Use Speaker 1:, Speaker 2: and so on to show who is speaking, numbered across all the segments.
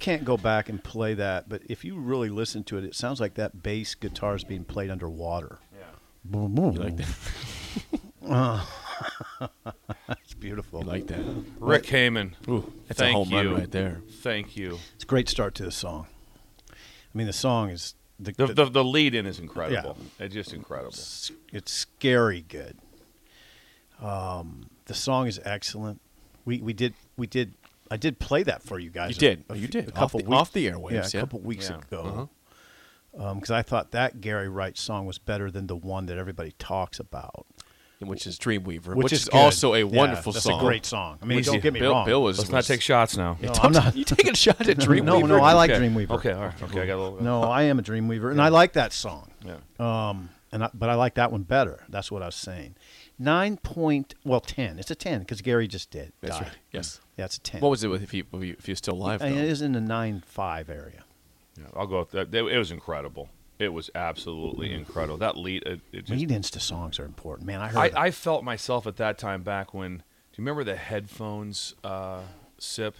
Speaker 1: can't go back and play that, but if you really listen to it, it sounds like that bass guitar is being played underwater. Yeah. Boom, boom.
Speaker 2: You like that?
Speaker 1: Uh, It's beautiful.
Speaker 2: You like that?
Speaker 3: Rick Heyman.
Speaker 2: Ooh, that's
Speaker 3: Thank
Speaker 2: a home
Speaker 3: you.
Speaker 2: run right there.
Speaker 3: Thank you.
Speaker 1: It's a great start to the song. I mean, the song is the,
Speaker 3: The,
Speaker 1: the-
Speaker 3: the, the lead in is incredible. It's just incredible.
Speaker 1: it's, it's scary good. Um, the song is excellent. We we did we did I did play that for you guys.
Speaker 2: You did.
Speaker 1: a
Speaker 2: Oh, you
Speaker 1: few-
Speaker 2: did.
Speaker 1: a
Speaker 2: Off
Speaker 1: couple
Speaker 2: the-
Speaker 1: week-
Speaker 2: off the airwaves,
Speaker 1: Yeah, a
Speaker 2: yeah.
Speaker 1: couple weeks
Speaker 3: Yeah.
Speaker 1: ago. Because I thought that Gary Wright song was better than the one that everybody talks about,
Speaker 2: Which is Dreamweaver,
Speaker 1: which,
Speaker 2: which, is
Speaker 1: good.
Speaker 2: also a
Speaker 1: Yeah,
Speaker 2: wonderful
Speaker 1: that's
Speaker 2: song.
Speaker 1: a great song. I mean,
Speaker 3: Easy.
Speaker 1: don't get me
Speaker 2: Bill,
Speaker 1: wrong.
Speaker 2: Bill was.
Speaker 3: Let's
Speaker 2: was,
Speaker 3: not take shots now.
Speaker 1: No, I'm not.
Speaker 2: You taking a shot at Dreamweaver?
Speaker 1: no, no, I like
Speaker 3: Okay.
Speaker 1: Dreamweaver.
Speaker 3: Okay, all right. Okay, I got a little.
Speaker 1: No, I am a Dreamweaver, and I like that song.
Speaker 3: Yeah.
Speaker 1: Um, and I, but I like that one better. That's what I was saying. Nine point, well, ten. It's a ten because Gary just did.
Speaker 2: That's
Speaker 1: died.
Speaker 2: right. Yes.
Speaker 1: Yeah, it's a ten.
Speaker 2: What was it with if you if you're still alive?
Speaker 1: And
Speaker 2: though?
Speaker 1: it is in the nine five area.
Speaker 3: Yeah, I'll go with that. It was incredible. It was absolutely incredible. That lead. It, it just,
Speaker 1: Lead ins to songs are important, man. I heard.
Speaker 3: I,
Speaker 1: it.
Speaker 3: I felt myself at that time back when. Do you remember the headphones uh, sip?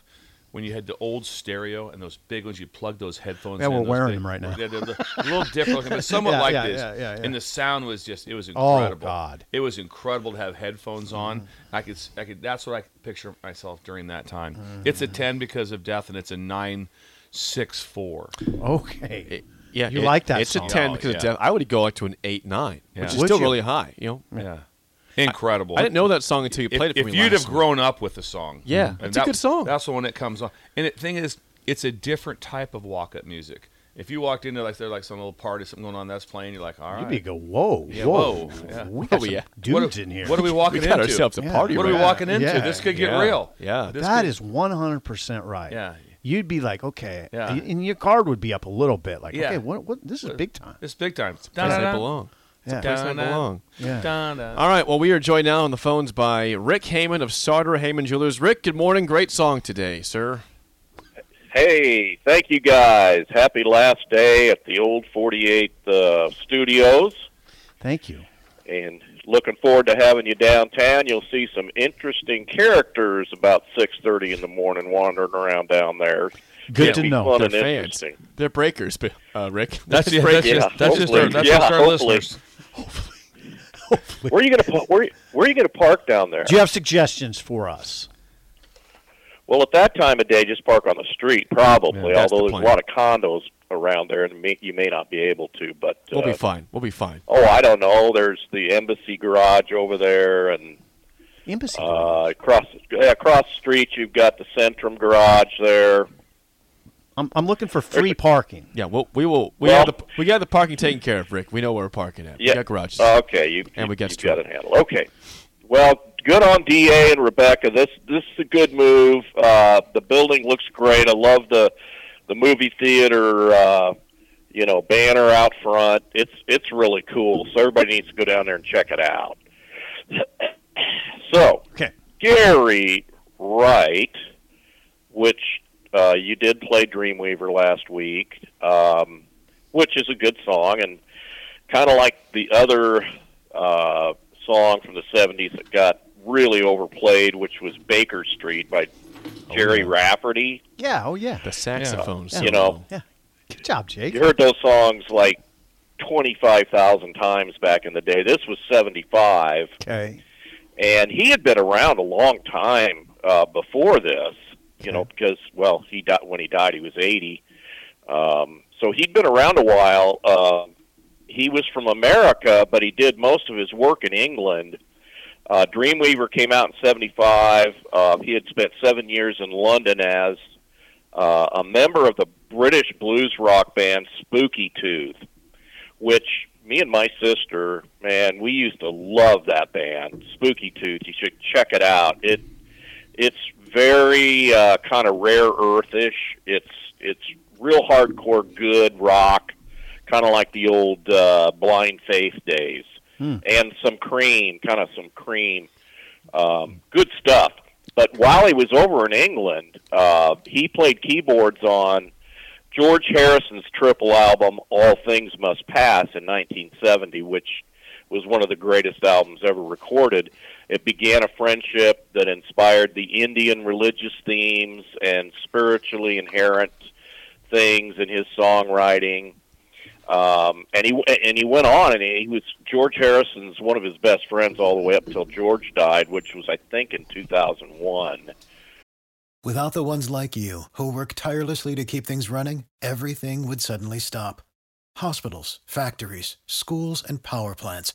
Speaker 3: When you had the old stereo and those big ones, you plugged those headphones.
Speaker 1: Yeah,
Speaker 3: in,
Speaker 1: we're
Speaker 3: those
Speaker 1: wearing
Speaker 3: big-
Speaker 1: them right now.
Speaker 3: Yeah, they're li- a little different looking, but somewhat
Speaker 1: Yeah,
Speaker 3: like
Speaker 1: yeah,
Speaker 3: this.
Speaker 1: yeah, yeah, yeah.
Speaker 3: And the sound was just—it was
Speaker 1: Oh,
Speaker 3: incredible.
Speaker 1: God. Mm-hmm.
Speaker 3: It was incredible to have headphones on. I could, s- I could. That's what I could picture myself during that time.
Speaker 1: Mm-hmm.
Speaker 3: It's a ten because of death, and it's a nine, six, four.
Speaker 1: okay.
Speaker 2: It- yeah,
Speaker 1: You
Speaker 2: it-
Speaker 1: like that
Speaker 2: It's
Speaker 1: song.
Speaker 2: a ten
Speaker 3: Oh,
Speaker 2: because it's
Speaker 3: yeah.
Speaker 2: I would go like to an eight nine,
Speaker 3: Yeah.
Speaker 2: which is
Speaker 3: Would
Speaker 2: still
Speaker 1: you?
Speaker 2: really high. You know,
Speaker 3: Yeah, incredible.
Speaker 2: I didn't know that song until you played
Speaker 3: if,
Speaker 2: it. For
Speaker 3: if
Speaker 2: me
Speaker 3: you'd
Speaker 2: last
Speaker 3: have
Speaker 2: night.
Speaker 3: grown up with the song,
Speaker 2: Yeah,
Speaker 3: And
Speaker 2: it's a good song.
Speaker 3: That's the one that comes on. And the thing is, it's a different type of walk-up music. If you walked into like there like some little party, something going on that's playing, you're like, all right,
Speaker 1: You'd be go, whoa,
Speaker 3: Yeah,
Speaker 1: whoa,
Speaker 3: whoa, yeah.
Speaker 1: we got
Speaker 2: Oh,
Speaker 1: some
Speaker 2: yeah.
Speaker 3: what,
Speaker 1: dudes
Speaker 3: are-
Speaker 1: in here.
Speaker 3: What are we walking
Speaker 2: we got
Speaker 3: into?
Speaker 2: ourselves a
Speaker 1: Yeah.
Speaker 2: party.
Speaker 3: what are we
Speaker 2: right now.
Speaker 3: walking into?
Speaker 1: Yeah.
Speaker 3: This could get
Speaker 2: Yeah.
Speaker 3: real.
Speaker 2: Yeah.
Speaker 3: This
Speaker 1: That
Speaker 3: could-
Speaker 1: is one hundred percent right.
Speaker 3: Yeah.
Speaker 1: You'd be like, okay,
Speaker 3: Yeah.
Speaker 1: and your card would be up a little bit, like,
Speaker 3: Yeah.
Speaker 1: okay, what, what? This is big time.
Speaker 3: It's big time. It's
Speaker 2: Place I belong.
Speaker 1: Yeah.
Speaker 2: Place I belong.
Speaker 1: Yeah.
Speaker 2: All right. Well, we are joined now on the phones by Rick Heyman of Sartor Heyman Jewelers. Rick, good morning. Great song today, sir.
Speaker 4: Hey, thank you guys. Happy last day at the old 48 uh, studios.
Speaker 1: Thank you.
Speaker 4: And looking forward to having you downtown. You'll see some interesting characters about 6.30 in the morning wandering around down there.
Speaker 1: Good
Speaker 4: Yeah.
Speaker 1: to
Speaker 4: Be
Speaker 1: know.
Speaker 4: fun
Speaker 2: They're
Speaker 4: and
Speaker 2: fans.
Speaker 4: interesting.
Speaker 2: They're breakers, but, uh, Rick.
Speaker 3: That's, yeah,
Speaker 2: breakers.
Speaker 3: that's just, that's just our,
Speaker 4: hopefully.
Speaker 3: that's
Speaker 4: Yeah,
Speaker 3: just our
Speaker 4: hopefully.
Speaker 3: listeners.
Speaker 4: Where are you going to where, where are you going to park down there?
Speaker 1: Do you have suggestions for us?
Speaker 4: Well, at that time of day, just park on the street probably.
Speaker 2: Yeah, that's
Speaker 4: although
Speaker 2: the
Speaker 4: there's
Speaker 2: plan.
Speaker 4: a lot of condos around there, and may, you may not be able to. But
Speaker 2: We'll
Speaker 4: uh,
Speaker 2: be fine. We'll be fine.
Speaker 4: oh, I don't know. There's the embassy garage over there, and
Speaker 1: Embassy.
Speaker 4: Uh, across yeah, across the street, you've got the Centrum Garage there.
Speaker 1: I'm, I'm looking for free parking.
Speaker 2: Yeah. Well, we will. We have
Speaker 4: Well-
Speaker 2: the we got the parking taken care of, Rick. We know where we're parking at.
Speaker 4: Yeah, Uh,
Speaker 2: We got garages.
Speaker 4: Okay, you
Speaker 2: And we got
Speaker 4: you
Speaker 2: street.
Speaker 4: got it handled. Okay, well, good on Da and Rebecca. This this is a good move. Uh, the building looks great. I love the the movie theater. Uh, you know, banner out front. It's it's really cool. So everybody needs to go down there and check it out. so
Speaker 1: Okay.
Speaker 4: Gary Wright, which uh, you did play Dreamweaver last week, um, which is a good song, and kind of like the other uh, song from the 70s that got really overplayed, which was Baker Street by Jerry Rafferty.
Speaker 1: Yeah. Oh yeah.
Speaker 2: the saxophone.
Speaker 1: Yeah.
Speaker 4: You know.
Speaker 1: Yeah. Good job, Jake.
Speaker 4: You heard those songs like 25,000 times back in the day. This was 75.
Speaker 1: okay.
Speaker 4: and he had been around a long time uh, before this. you know, because well, he died when he died, he was 80. Um, so he'd been around a while. Uh, he was from America, but he did most of his work in England. Uh, Dreamweaver came out in '75. Uh, he had spent seven years in London as uh, a member of the British blues rock band Spooky Tooth, which me and my sister, man, we used to love that band, Spooky Tooth. You should check it out. It it's very uh, kind of rare earthish. It's it's real hardcore, good rock, kind of like the old uh, Blind Faith days, and some Cream, kind of some Cream, um, good stuff. But while he was over in England, uh, he played keyboards on George Harrison's triple album All Things Must Pass in 1970, which was one of the greatest albums ever recorded. It began a friendship that inspired the Indian religious themes and spiritually inherent things in his songwriting. Um, and he and he went on, and he was George Harrison's one of his best friends all the way up till George died, which was I think in 2001.
Speaker 5: Without the ones like you, who work tirelessly to keep things running, everything would suddenly stop. Hospitals, factories, schools, and power plants,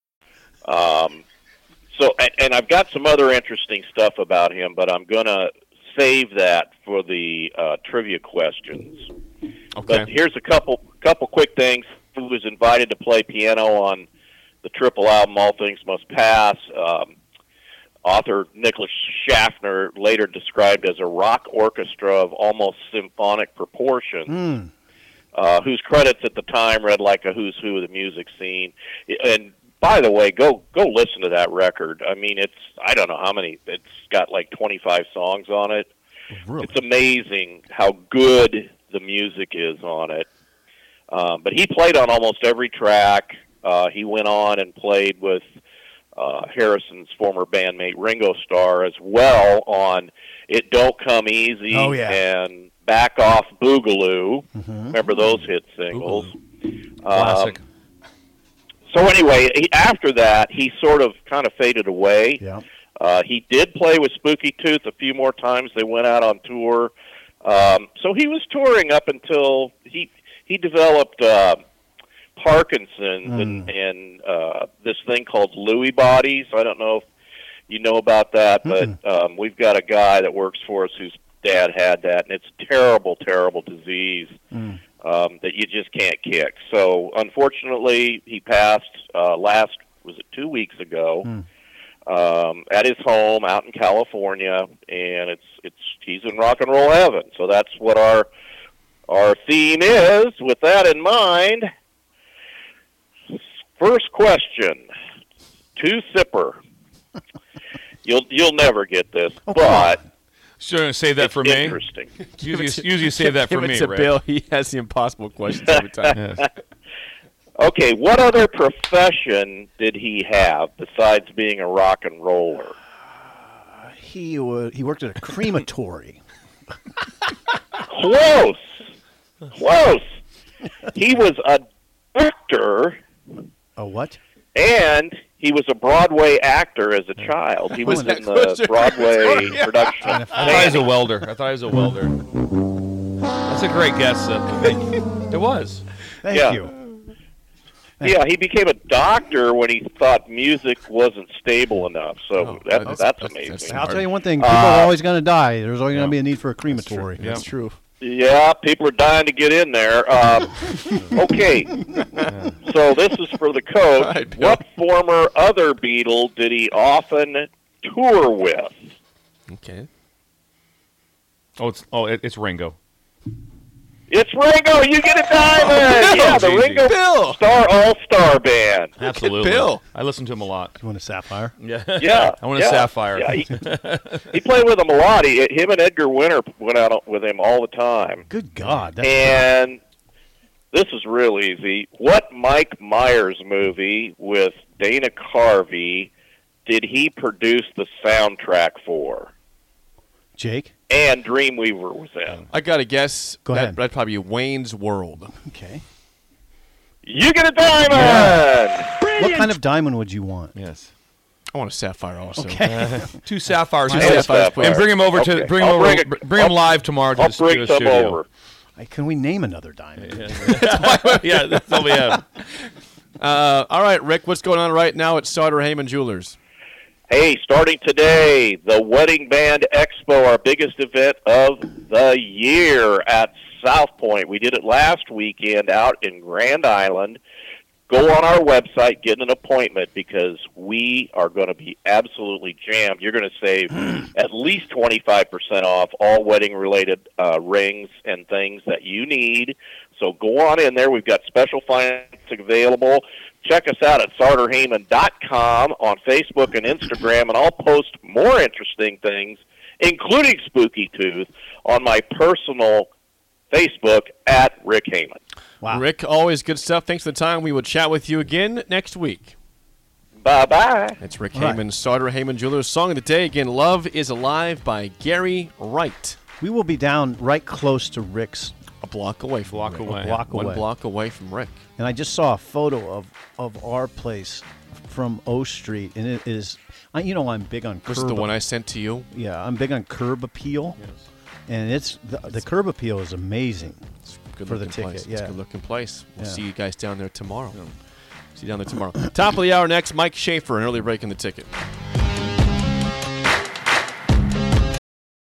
Speaker 4: Um, so, and, and I've got some other interesting stuff about him, but I'm going to save that for the uh, trivia questions. But
Speaker 2: Okay.
Speaker 4: here's a couple couple quick things. Who was invited to play piano on the triple album All Things Must Pass? Um, author Nicholas Schaffner later described as a rock orchestra of almost symphonic proportions uh, whose credits at the time read like a who's who of the music scene. And by the way, go go listen to that record. I mean, it's I don't know how many. It's got like 25 songs on it. It's amazing how good the music is on it. Um, but he played on almost every track. Uh, he went on and played with uh, Harrison's former bandmate Ringo Starr as well on "It Don't Come Easy"
Speaker 1: Oh, yeah. Mm-hmm.
Speaker 4: and "Back Off Boogaloo." Remember those hit singles?
Speaker 2: Um,
Speaker 3: Classic.
Speaker 4: So anyway, he, after that, he sort of kind of faded away.
Speaker 1: Yeah.
Speaker 4: Uh, he did play with Spooky Tooth a few more times. They went out on tour. Um, so he was touring up until he he developed uh, Parkinson's and, and uh, this thing called Lewy bodies. I don't know if you know about that, but um, we've got a guy that works for us whose dad had that, and it's a terrible, terrible disease um, that you just can't kick. So unfortunately, he passed uh, last was it two weeks ago um, at his home out in California, and it's it's he's in rock and roll heaven. So that's what our our theme is. With that in mind, first question to Sipper. You'll you'll never get this, but
Speaker 3: Sure, save Oh, that for me.
Speaker 4: interesting.
Speaker 3: Usually, usually save that for
Speaker 2: Give it
Speaker 3: me,
Speaker 2: to
Speaker 3: Rick.
Speaker 2: Bill. He has the impossible questions every time.
Speaker 3: Yes.
Speaker 4: Okay, what other profession did he have besides being a rock and roller?
Speaker 1: He wa he worked at a crematory.
Speaker 4: Close. Close. He was a doctor
Speaker 1: a what?
Speaker 4: and he was a Broadway actor as a child. He was,
Speaker 2: that
Speaker 4: in the
Speaker 2: question?
Speaker 4: Broadway production. of
Speaker 3: I thought he was
Speaker 4: Fanny.
Speaker 3: a welder. I thought he was a welder. That's a great guess, Seth. Thank you. It was.
Speaker 1: Thank
Speaker 4: Yeah.
Speaker 1: you.
Speaker 4: Yeah, he became a doctor when he thought music wasn't stable enough. So
Speaker 2: Oh,
Speaker 4: that,
Speaker 2: that's-
Speaker 4: that's,
Speaker 2: that's-
Speaker 4: amazing.
Speaker 2: that's-
Speaker 1: I'll tell you one thing: people are always going to die. There's always going to be a need for a crematory.
Speaker 3: Yeah.
Speaker 2: That's true.
Speaker 4: Yeah, people are dying to get in there. Um, okay, so this is for the coach.
Speaker 2: All right, Bill.
Speaker 4: what former other Beatle did he often tour with?
Speaker 2: Okay.
Speaker 3: Oh, it's oh, it, it's Ringo.
Speaker 4: It's Ringo. You get a diamond.
Speaker 2: Oh, Bill,
Speaker 4: yeah, the
Speaker 3: geez.
Speaker 4: Ringo
Speaker 2: Bill!
Speaker 4: Star All Star Band.
Speaker 3: Absolutely,
Speaker 2: Bill.
Speaker 3: I listen to him a lot.
Speaker 1: You want a sapphire?
Speaker 2: Mm.
Speaker 3: Yeah,
Speaker 4: Yeah,
Speaker 3: I want a
Speaker 4: yeah,
Speaker 3: sapphire.
Speaker 4: Yeah, he, he played with him a lot. He, him and Edgar Winter went out with him all the time.
Speaker 1: Good God. That's
Speaker 4: And this is real easy. What Mike Myers movie with Dana Carvey did he produce the soundtrack for?
Speaker 1: Jake.
Speaker 4: And Dreamweaver was in.
Speaker 2: I got to guess.
Speaker 1: Go
Speaker 2: that,
Speaker 1: ahead.
Speaker 2: That'd probably be Wayne's World.
Speaker 1: Okay.
Speaker 4: You get a diamond.
Speaker 1: What kind of diamond would you want?
Speaker 3: Yes,
Speaker 2: I want a sapphire also.
Speaker 3: two sapphires.
Speaker 4: And a
Speaker 3: please.
Speaker 4: sapphire.
Speaker 3: And bring him over to
Speaker 4: Okay.
Speaker 3: bring him
Speaker 4: I'll
Speaker 3: over.
Speaker 4: bring
Speaker 3: Bring,
Speaker 4: it-
Speaker 3: him
Speaker 4: I'll-
Speaker 3: live tomorrow to
Speaker 4: I'll
Speaker 3: the, to
Speaker 4: bring
Speaker 3: the
Speaker 4: some
Speaker 3: studio.
Speaker 4: over.
Speaker 1: I- Can we name another diamond?
Speaker 3: yeah, that's all we have.
Speaker 2: Uh, all right, Rick, what's going on right now at Sauter Heyman Jewelers?
Speaker 4: Hey, starting today, the Wedding Band Expo, our biggest event of the year at South Point. We did it last weekend out in Grand Island. Go on our website, get an appointment because we are going to be absolutely jammed. You're going to save at least 25% off all wedding related uh, rings and things that you need. So go on in there. We've got special financing available. Check us out at sarterheyman.com on Facebook and Instagram, and I'll post more interesting things, including Spooky Tooth, on my personal Facebook at Rick Heyman.
Speaker 1: Wow.
Speaker 2: Rick, always good stuff. Thanks for the time. We will chat with you again next week.
Speaker 4: Bye bye.
Speaker 2: That's Rick
Speaker 1: All right.
Speaker 2: Heyman, Sauter Heyman Jewelers. Song of the day again, Love is Alive by Gary Wright.
Speaker 1: We will be down right close to Rick's,
Speaker 2: A block away from
Speaker 3: Block
Speaker 2: Rick.
Speaker 3: away.
Speaker 1: block
Speaker 2: One
Speaker 1: away.
Speaker 2: block away from Rick.
Speaker 1: and I just saw a photo of of our place from O Street, and it is, I, you know, I'm big on curb.
Speaker 2: This is the one I sent to you.
Speaker 1: yeah, I'm big on curb appeal, and it's the, the curb appeal is amazing.
Speaker 2: Good
Speaker 1: For the
Speaker 2: looking
Speaker 1: ticket,
Speaker 2: place. It's
Speaker 1: yeah.
Speaker 2: a good looking place. We'll
Speaker 1: Yeah.
Speaker 2: see you guys down there tomorrow. See you down there tomorrow. Top of the hour next, Mike Schaefer, an early break in the ticket.